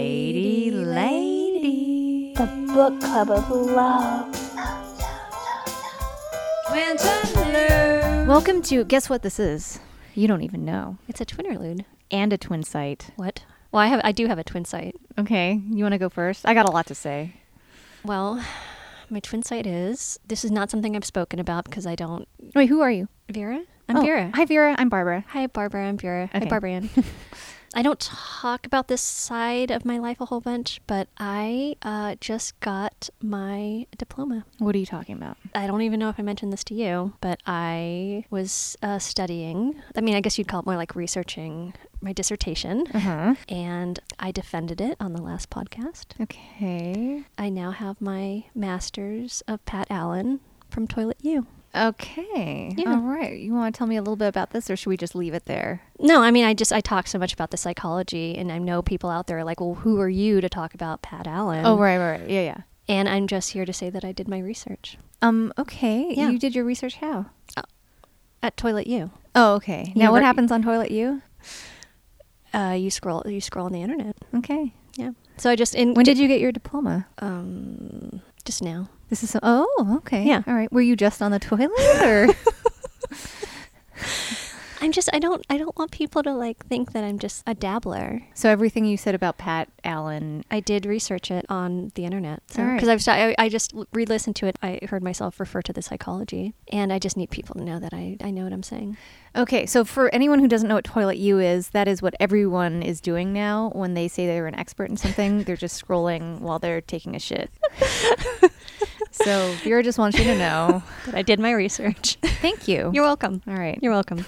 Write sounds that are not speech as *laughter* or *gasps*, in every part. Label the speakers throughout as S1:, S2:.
S1: Dady Lady.
S2: The book club of love.
S1: Welcome to, guess what this is? You don't even know.
S3: It's a twinterlude.
S1: And a twin site.
S3: What? Well, I have I do have a twin site.
S1: Okay, you want to go first? I got a lot to say.
S3: Well, my twin site is this is not something I've spoken about because I don't
S1: Wait, who are you?
S3: Vera? I'm
S1: Oh,
S3: Vera.
S1: Hi, Vera. I'm Barbara.
S3: Hi, Barbara. I'm Vera.
S1: Okay.
S3: Hi, Barbara
S1: *laughs*
S3: Ann. I don't talk about this side of my life a whole bunch, but I uh, just got my diploma.
S1: What are you talking about?
S3: I don't even know if I mentioned this to you, but I was uh, studying. I mean, I guess you'd call it more like researching my dissertation,
S1: Huh?
S3: and I defended it on the last podcast.
S1: Okay.
S3: I now have my master's of Pat Allen from Toilet U.
S1: Okay.
S3: Yeah.
S1: All right. You want to tell me a little bit about this, or should we just leave it there?
S3: No, I mean, I just I talk so much about the psychology, and I know people out there are like, well, who are you to talk about Pat Allen?
S1: oh, right, right. right. Yeah, yeah.
S3: And I'm just here to say that I did my research
S1: Um. Okay.
S3: Yeah.
S1: You did your research how?
S3: at Toilet U.
S1: Oh, okay. Now,
S3: You
S1: what
S3: were-
S1: happens on toilet? You?
S3: Uh, you scroll, you scroll on the internet.
S1: Okay.
S3: Yeah. So I just in
S1: When did you get your diploma?
S3: um just now.
S1: This is so, oh okay
S3: Yeah.
S1: all right. Were you just on the toilet
S3: *laughs*
S1: or
S3: I'm just I don't I don't want people to like think that I'm just a dabbler.
S1: so everything you said about Pat Allen?
S3: I did research it on the internet because
S1: All right.
S3: I've sta- I, I just l- re-listened to it. I heard myself refer to the psychology, and I just need people to know that I, I know what I'm saying.
S1: Okay, so for anyone who doesn't know what toilet you is, that is what everyone is doing now when they say they're an expert in something. *laughs* they're just scrolling while they're taking a
S3: *laughs*
S1: shit. so Vera just wants you to
S3: *laughs*
S1: know.
S3: That I did my research.
S1: Thank you.
S3: *laughs* You're welcome.
S1: all right.
S3: You're welcome.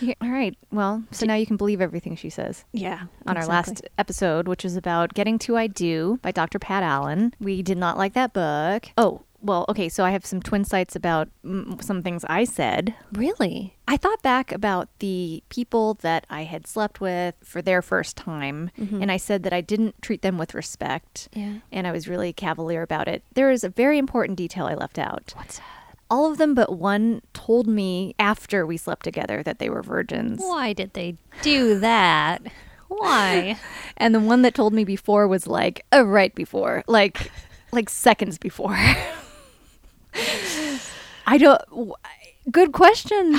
S1: You- all right. Well, so now you can believe everything she says.
S3: Yeah.
S1: on our last episode, which is about Getting to I Do by Dr. Pat Allen. We did not like that book. Oh, well, okay, so I have some twin sites about mm, some things I said.
S3: Really?
S1: I thought back about the people that I had slept with for their first time, and I said that I didn't treat them with respect,
S3: Mm-hmm. Yeah.
S1: and I was really cavalier about it. There is a very important detail I left out.
S3: What's that?
S1: All of them but one told me after we slept together that they were virgins.
S3: Why did they do that? Why?
S1: *laughs* And the one that told me before was like, oh, right before, like, like seconds before. *laughs* I don't. wh- Good
S3: *laughs*
S1: question.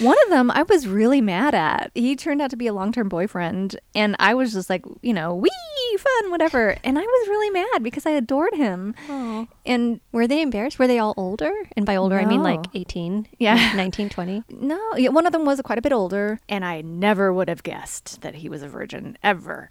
S1: one of them I was really mad at. He turned out to be a long term boyfriend, and I was just like, you know, wee, fun, whatever. And I was really mad because I adored him.
S3: Aw.
S1: And
S3: Oh. Were they embarrassed? Were they all older? And by older, I mean like
S1: No.
S3: 18,
S1: Yeah.
S3: 19, *laughs* 20.
S1: No, yeah, one of them was quite a bit older, and I never would have guessed that he was a virgin ever.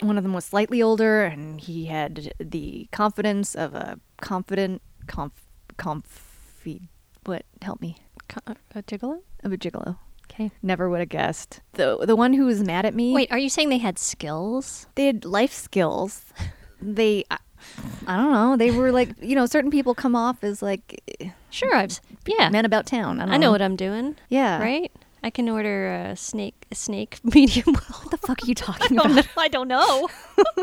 S1: One of them was slightly older, and he had the confidence of a confident conf confi what help me
S3: Co- A gigolo?
S1: uh, of a gigolo.
S3: Okay.
S1: Never would have guessed the the one who was mad at me.
S3: Wait, are you saying they had skills?
S1: they had life skills. They, I, I don't know. They were like you know certain people come off as like eh,
S3: Sure, I've. s- Yeah.
S1: men about town. I, don't
S3: I know what I'm doing.
S1: Yeah.
S3: Right? I can order a snake a snake *laughs* medium well. What the
S1: fuck are
S3: *laughs*
S1: you talking
S3: I don't
S1: about?
S3: know. I don't know.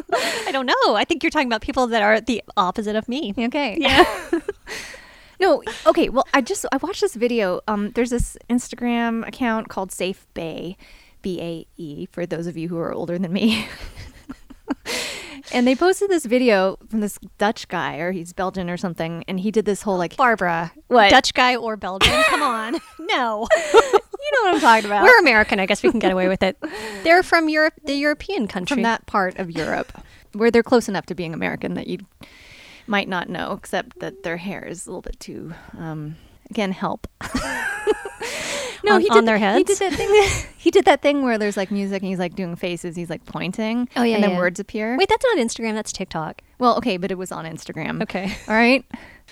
S3: *laughs* I don't know. I think you're talking about people that are the opposite of me.
S1: Okay. *laughs* Yeah. no. Okay. Well, I just I watched this video. Um, there's this Instagram account called Safe Bay, B A E, for those of you who are older than me. *laughs* and they posted this video from this Dutch guy, or he's Belgian or something, and he did this whole like
S3: Barbara.
S1: What?
S3: Dutch guy or *laughs* Belgian? Come on. No. *laughs*
S1: you know what I'm talking about.
S3: We're American. I guess we can get away with *laughs* it. They're from Europe, the European country.
S1: from that part of Europe where they're close enough to being American that you might not know, except that their hair is a little bit too. Um, again, help. no,
S3: On-
S1: he did
S3: on their
S1: th- He did
S3: heads?
S1: that
S3: *laughs*
S1: thing. *laughs* he did that thing where there's like music and he's like doing faces. He's like pointing.
S3: Oh, yeah,
S1: and then
S3: yeah.
S1: words appear.
S3: Wait, that's not Instagram. That's TikTok.
S1: Well, okay, but it was on Instagram. *laughs*
S3: Okay.
S1: All right.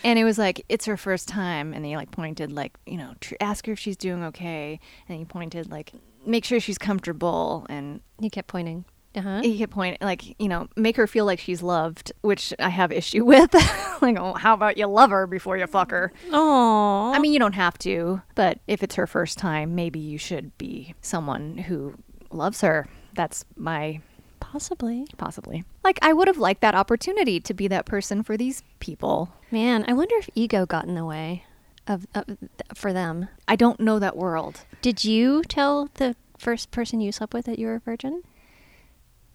S1: And it was like, it's her first time. And he like pointed, like, you know, tr- ask her if she's doing okay. And he pointed, like, make sure she's comfortable. And
S3: You kept pointing. Uh huh.
S1: he could point like you know make her feel like she's loved which i have issue *laughs* with like oh how about you love her before you fuck her
S3: Oh.
S1: i mean you don't have to but if it's her first time maybe you should be someone who loves her that's my
S3: possibly.
S1: possibly like i would have liked that opportunity to be that person for these people
S3: Man, I wonder if ego got in the way of, of th- for them.
S1: i don't know that world
S3: Did you tell the first person you slept with that you were a virgin?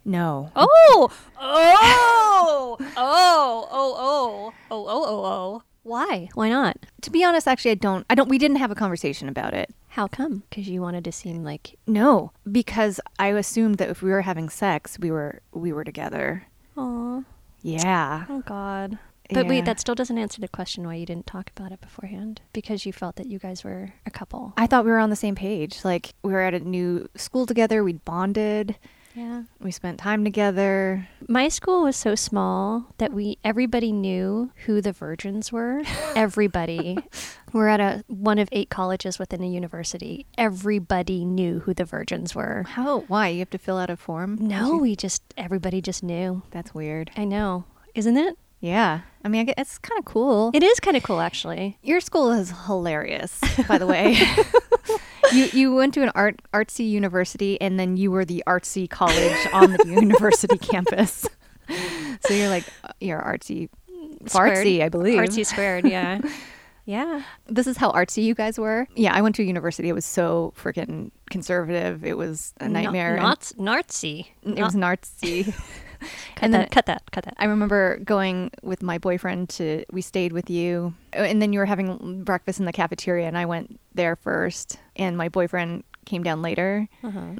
S1: No.
S3: Oh, oh, oh, oh, oh, oh, oh, oh, oh. Why? Why not?
S1: To be honest, actually, I don't. I don't. We didn't have a conversation about it.
S3: How come? Because you wanted to seem like,
S1: No, because I assumed that if we were having sex, we were we were together.
S3: oh,
S1: Yeah.
S3: oh God. But
S1: Yeah.
S3: wait, that still doesn't answer the question why you didn't talk about it beforehand. Because you felt that you guys were a couple.
S1: I thought we were on the same page. Like we were at a new school together. We'd bonded.
S3: Yeah.
S1: We spent time together.
S3: My school was so small that we everybody knew who the virgins
S1: *laughs*
S3: were. Everybody. We're at a one of eight colleges within a university. Everybody knew who the virgins were.
S1: How? Why? You have to fill out a form?
S3: No, we just everybody just knew.
S1: That's weird.
S3: I know. Isn't it?
S1: Yeah. I mean, I guess it's kind of cool.
S3: It is kind of cool actually.
S1: Your school is
S3: *laughs*
S1: hilarious, by the way. *laughs* you you went to an art artsy university, and then you were the artsy college on
S3: *laughs*
S1: the university campus. *laughs* So you're like uh, you're artsy,
S3: Squared.
S1: fartsy, I believe.
S3: Artsy
S1: *laughs*
S3: squared, yeah. yeah.
S1: This is how artsy you guys were. Yeah, I went to a university. It was so freaking conservative. It was a nightmare. and
S3: Not Nazi.
S1: it was *laughs* nartsy.
S3: *laughs* cut
S1: and then-
S3: that, cut that, cut that.
S1: I remember going with my boyfriend to we stayed with you uh, and then you were having breakfast in the cafeteria and I went there first and my boyfriend came down later.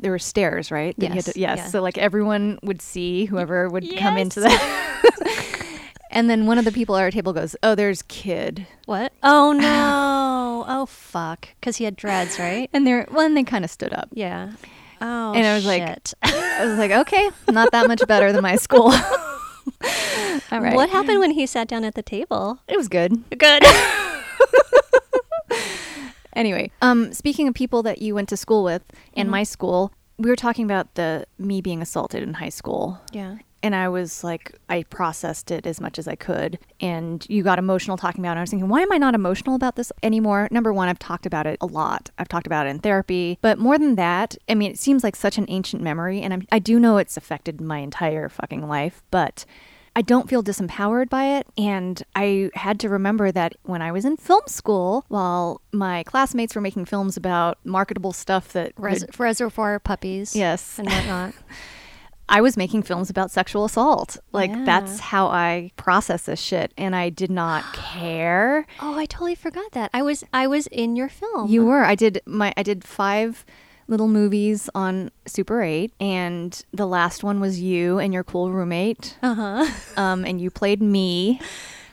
S1: There were stairs, right? That you had
S3: Yes,
S1: to- yes.
S3: yeah.
S1: So like everyone would see whoever would come into the *laughs* And then one of the people at our table goes, "Oh, there's kid."
S3: What?
S1: *laughs*
S3: Oh no. oh fuck. Cuz he had dreads, right?
S1: And they're well, and they kind of stood up.
S3: Yeah. Oh.
S1: And I was like,
S3: shit.
S1: I was like, "Okay, not that much better than my
S3: *laughs*
S1: school." *laughs* All right.
S3: what happened when he sat down at the table?
S1: It was good.
S3: *laughs* Good.
S1: Anyway, um, speaking of people that you went to school with in my school, we were talking about the me being assaulted in high school.
S3: yeah.
S1: And I was like, I processed it as much as I could. And you got emotional talking about it. I was thinking, why am I not emotional about this anymore? Number one, I've talked about it a lot. I've talked about it in therapy. But more than that, I mean, it seems like such an ancient memory. And I'm, I do know it's affected my entire fucking life. But I don't feel disempowered by it. And I had to remember that when I was in film school, while my classmates were making films about marketable stuff that
S3: Res-
S1: could-
S3: reservoir puppies.
S1: Yes.
S3: And whatnot.
S1: I was making films about sexual assault. Like
S3: Yeah.
S1: that's how I process this shit and I did
S3: *gasps*
S1: not care.
S3: *laughs* oh, I totally forgot that. I was I was in your film.
S1: You were. I did my I did 5 little movies on Super 8 and the last one was you and your cool roommate.
S3: Uh-huh.
S1: Um and you played me.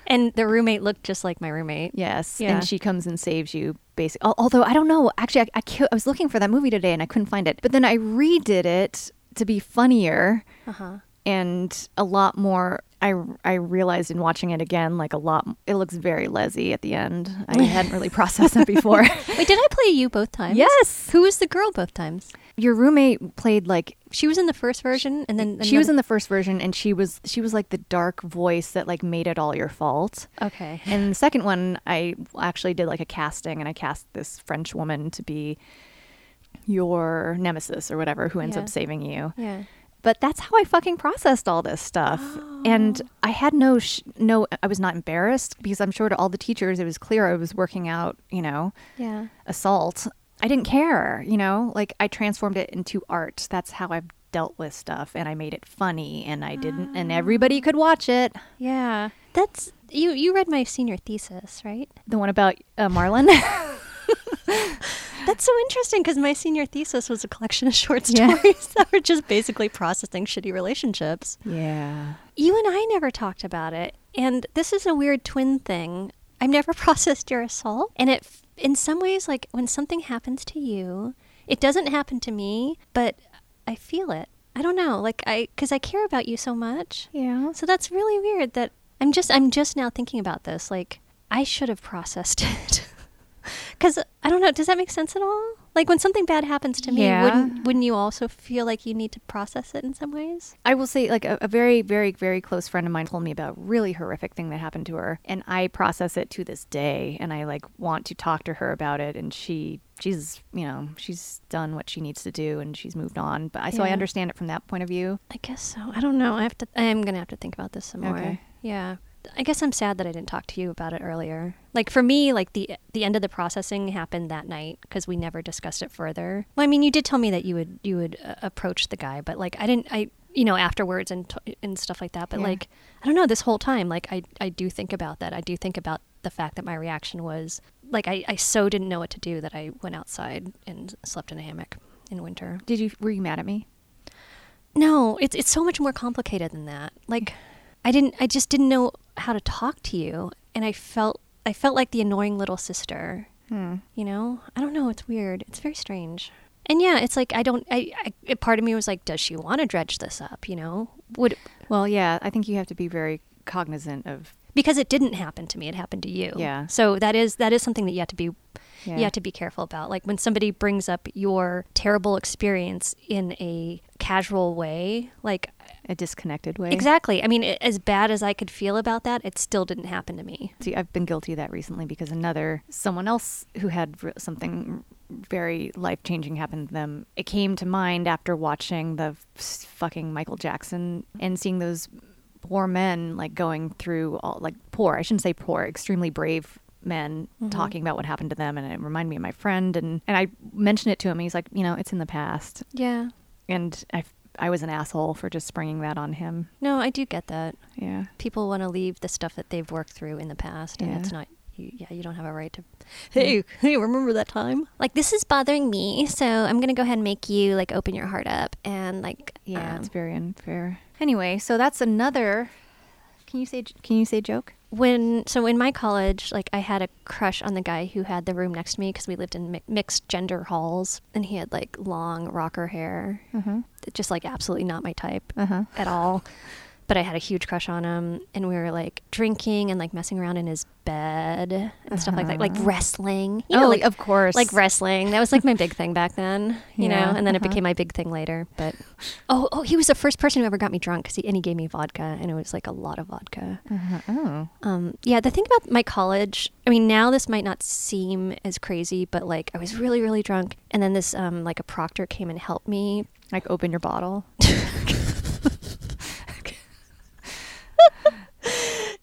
S3: And the roommate looked just like my roommate.
S1: Yes.
S3: Yeah.
S1: And she comes and saves you basically. Although I don't know. Actually, I, I, cou- I was looking for that movie today and I couldn't find it. But then I redid it to be funnier
S3: Uh-huh.
S1: and a lot more. I, I realized in watching it again, like a lot, it looks very lesy at the end. I hadn't
S3: *laughs*
S1: really processed that before.
S3: Wait, did I play you both times?
S1: Yes.
S3: Who was the girl both times?
S1: Your roommate played like
S3: She was in the first version and then
S1: she was in
S3: another-
S1: the first version, and she was she was like the dark voice that like made it all your fault.
S3: Okay.
S1: And the second one, I actually did like a casting, and I cast this French woman to be your nemesis or whatever, who ends
S3: Yeah.
S1: up saving you.
S3: Yeah.
S1: But that's how I fucking processed all this stuff, and I had no sh- no. I was not embarrassed because I'm sure to all the teachers, it was clear I was working out, you know,
S3: Yeah.
S1: assault. I didn't care, you know. Like I transformed it into art. That's how I've dealt with stuff, and I made it funny, and I didn't, and everybody could watch it.
S3: Yeah. That's you you read my senior thesis, right?
S1: The one about uh, Marlon. *laughs*
S3: That's so interesting because my senior thesis was a collection of short
S1: Yeah.
S3: stories *laughs* that were just basically processing shitty relationships.
S1: yeah.
S3: You and I never talked about it. And this is a weird twin thing. I've never *laughs* processed your assault. And it, f- in some ways, like when something happens to you, it doesn't happen to me, but I feel it. I don't know. Like, I, because I care about you so much.
S1: Yeah.
S3: So that's really weird that I'm just I'm just now thinking about this. Like I should have processed *laughs* it. Cuz I don't know, does that make sense at all? Like when something bad happens to me,
S1: Yeah.
S3: wouldn't wouldn't you also feel like you need to process it in some ways?
S1: I will say, like, a, a very, very, very close friend of mine told me about a really horrific thing that happened to her. And I process it to this day. And I, like, want to talk to her about it. And she, she's, you know, she's done what she needs to do and she's moved on. But I, so I
S3: Yeah.
S1: understand it from that point of view.
S3: I guess so. I don't know. I have to I am going to have to think about this some more.
S1: Okay.
S3: Yeah. I guess I'm sad that I didn't talk to you about it earlier. Like for me, like the the end of the processing happened that night because we never discussed it further. Well, I mean, you did tell me that you would you would uh, approach the guy, but like I didn't. I you know afterwards and t- and stuff like that. But
S1: Yeah.
S3: like I don't know. This whole time, like I I do think about that. I do think about the fact that my reaction was like I I so didn't know what to do that I went outside and slept in a hammock in winter.
S1: Did you were you mad at me?
S3: No, it's it's so much more complicated than that. Like I didn't I just didn't know how to talk to you and I felt I felt like the annoying little sister. You know? I don't know, it's weird. It's very strange. And yeah, it's like I don't I, I a part of me was like does she want to dredge this up, you know? Would
S1: Well, yeah, I think you have to be very cognizant of
S3: because it didn't happen to me, it happened to you.
S1: Yeah.
S3: So that is that is something that you have to be
S1: Yeah.
S3: you have to be careful about. Like when somebody brings up your terrible experience in a casual way, like
S1: a disconnected way.
S3: Exactly. I mean, a- as bad as I could feel about that, it still didn't happen to me.
S1: See, I've been guilty of that recently because another someone else who had r- something very life changing happen to them. It came to mind after watching the s- fucking Michael Jackson and seeing those poor men like going through all like poor. I shouldn't say poor. Extremely brave men talking about what happened to them, and it reminded me of my friend. and And I mentioned it to him. And he's like, you know, it's in the past,
S3: Yeah.
S1: and I f- I was an asshole for just springing that on him.
S3: No, I do get that.
S1: Yeah.
S3: People want to leave the stuff that they've worked through in the past, and
S1: Yeah.
S3: it's not. You, yeah, you don't have a right to. Hey, hey, remember that time? Like this is bothering me, so I'm gonna go ahead and make you like open your heart up and like
S1: Yeah,
S3: um,
S1: it's very unfair. Anyway, so that's another. Can you say? j- Can you say joke?
S3: when so in my college like i had a crush on the guy who had the room next to me because we lived in mi- mixed gender halls and he had like long rocker hair just like absolutely not my type
S1: Uh-huh.
S3: at all but i had a huge crush on him and we were like drinking and like messing around in his bed and stuff like that like wrestling you know,
S1: Oh,
S3: like
S1: of course.
S3: like wrestling that was like my big thing back then you
S1: Yeah,
S3: know and then it
S1: uh-huh.
S3: became my big thing later but oh oh he was the first person who ever got me drunk because he and he gave me vodka and it was like a lot of vodka
S1: Uh-huh. Oh,
S3: um, yeah, the thing about my college, I mean, now this might not seem as crazy, but like I was really, really drunk. And then this, um, like a proctor came and helped me.
S1: like open your bottle.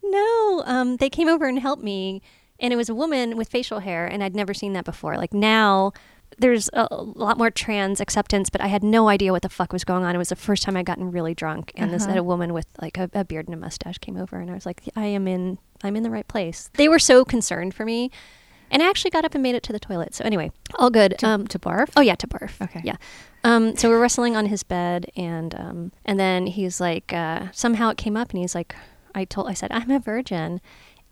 S3: No, um, they came over and helped me. And it was a woman with facial hair. And I'd never seen that before. Like now there's a lot more trans acceptance, but I had no idea what the fuck was going on. It was the first time I'd gotten really drunk. And this
S1: Uh-huh.
S3: a woman with like a, a beard and a mustache came over. And I was like, I am in, I'm in the right place. They were so concerned for me. And I actually got up and made it to the toilet. So anyway, all good. um,
S1: to barf.
S3: Oh yeah, to barf.
S1: Okay.
S3: Yeah. Um, so we're wrestling on his bed, and um, and then he's like, uh, somehow it came up, and he's like, I told, I said, I'm a virgin,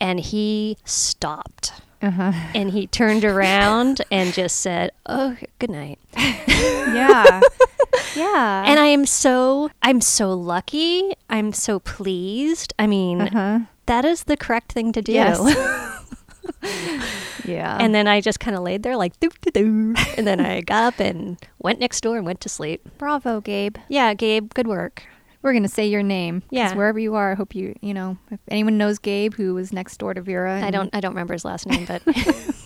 S3: and he stopped, *laughs*
S1: Uh-huh.
S3: and he
S1: *laughs*
S3: turned around and just said, Oh, good night.
S1: Yeah. yeah.
S3: And I am so, I'm so lucky. I'm so pleased. I mean,
S1: huh.
S3: that is the correct thing to do.
S1: Uh-huh. Yes. Yeah.
S3: and then I just kind of laid there like, doo doo *laughs* doo, and then I got up and went next door and went to sleep.
S1: bravo, Gabe.
S3: Yeah, Gabe, good work.
S1: We're gonna say your name. 'cause
S3: Yeah.
S1: Wherever you are, I hope you you know if anyone knows Gabe who was next door to Vera.
S3: I
S1: and-
S3: don't I don't remember his last name, *laughs* but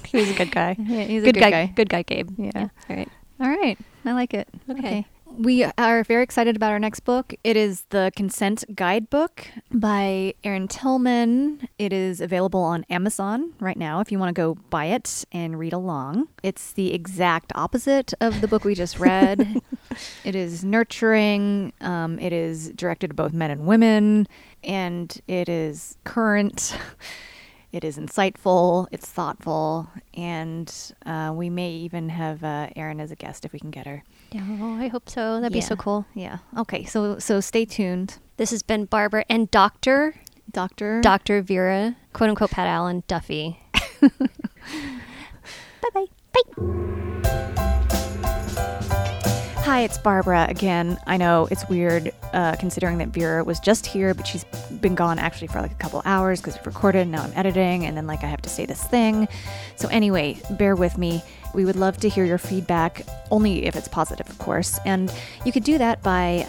S3: he was a good guy.
S1: *laughs* Yeah, he's a
S3: good,
S1: good
S3: guy,
S1: guy.
S3: Good guy, Gabe.
S1: Yeah.
S3: All right.
S1: All right. I like it.
S3: Okay.
S1: We are very excited about our next book. It is The Consent Guidebook by Erin Tillman. It is available on Amazon right now if you want to go buy it and read along. It's the exact opposite of the book we just read. it is nurturing, um, it is directed to both men and women, and it is current. *laughs* It is insightful, it's thoughtful, and uh, we may even have uh, Erin as a guest if we can get her.
S3: Yeah, oh, I hope so. That'd be so
S1: Yeah.
S3: cool.
S1: Yeah. Okay. So so stay tuned,
S3: This has been Barbara and Doctor
S1: Doctor.
S3: Doctor Vera, quote unquote Pat Allen Duffy.
S1: Bye bye. Bye. Hi, it's Barbara again. I know it's weird uh, considering that Vera was just here, but she's been gone actually for like a couple hours because we've recorded and now I'm editing, and then like I have to say this thing. So, anyway, bear with me. We would love to hear your feedback, only if it's positive, of course. And you could do that by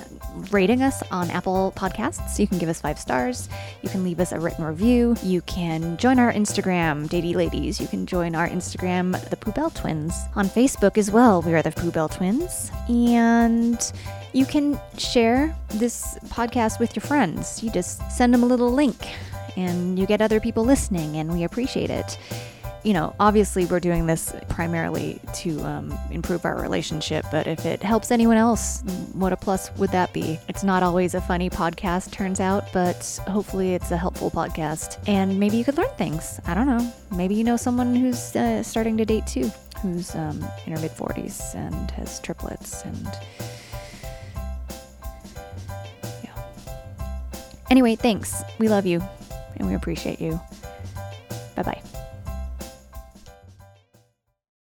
S1: rating us on Apple Podcasts. You can give us five stars. You can leave us a written review. You can join our Instagram, Datey Ladies. You can join our Instagram, The Pooh Bell Twins. On Facebook as well, we are The Pooh Bell Twins. And you can share this podcast with your friends. You just send them a little link and you get other people listening, and we appreciate it. You know, obviously, we're doing this primarily to um, improve our relationship, but if it helps anyone else, what a plus would that be? It's not always a funny podcast, turns out, but hopefully, it's a helpful podcast. And maybe you could learn things. I don't know. Maybe you know someone who's uh, starting to date too, who's um, in her mid 40s and has triplets and. Yeah. Anyway, thanks. We love you and we appreciate you. Bye bye.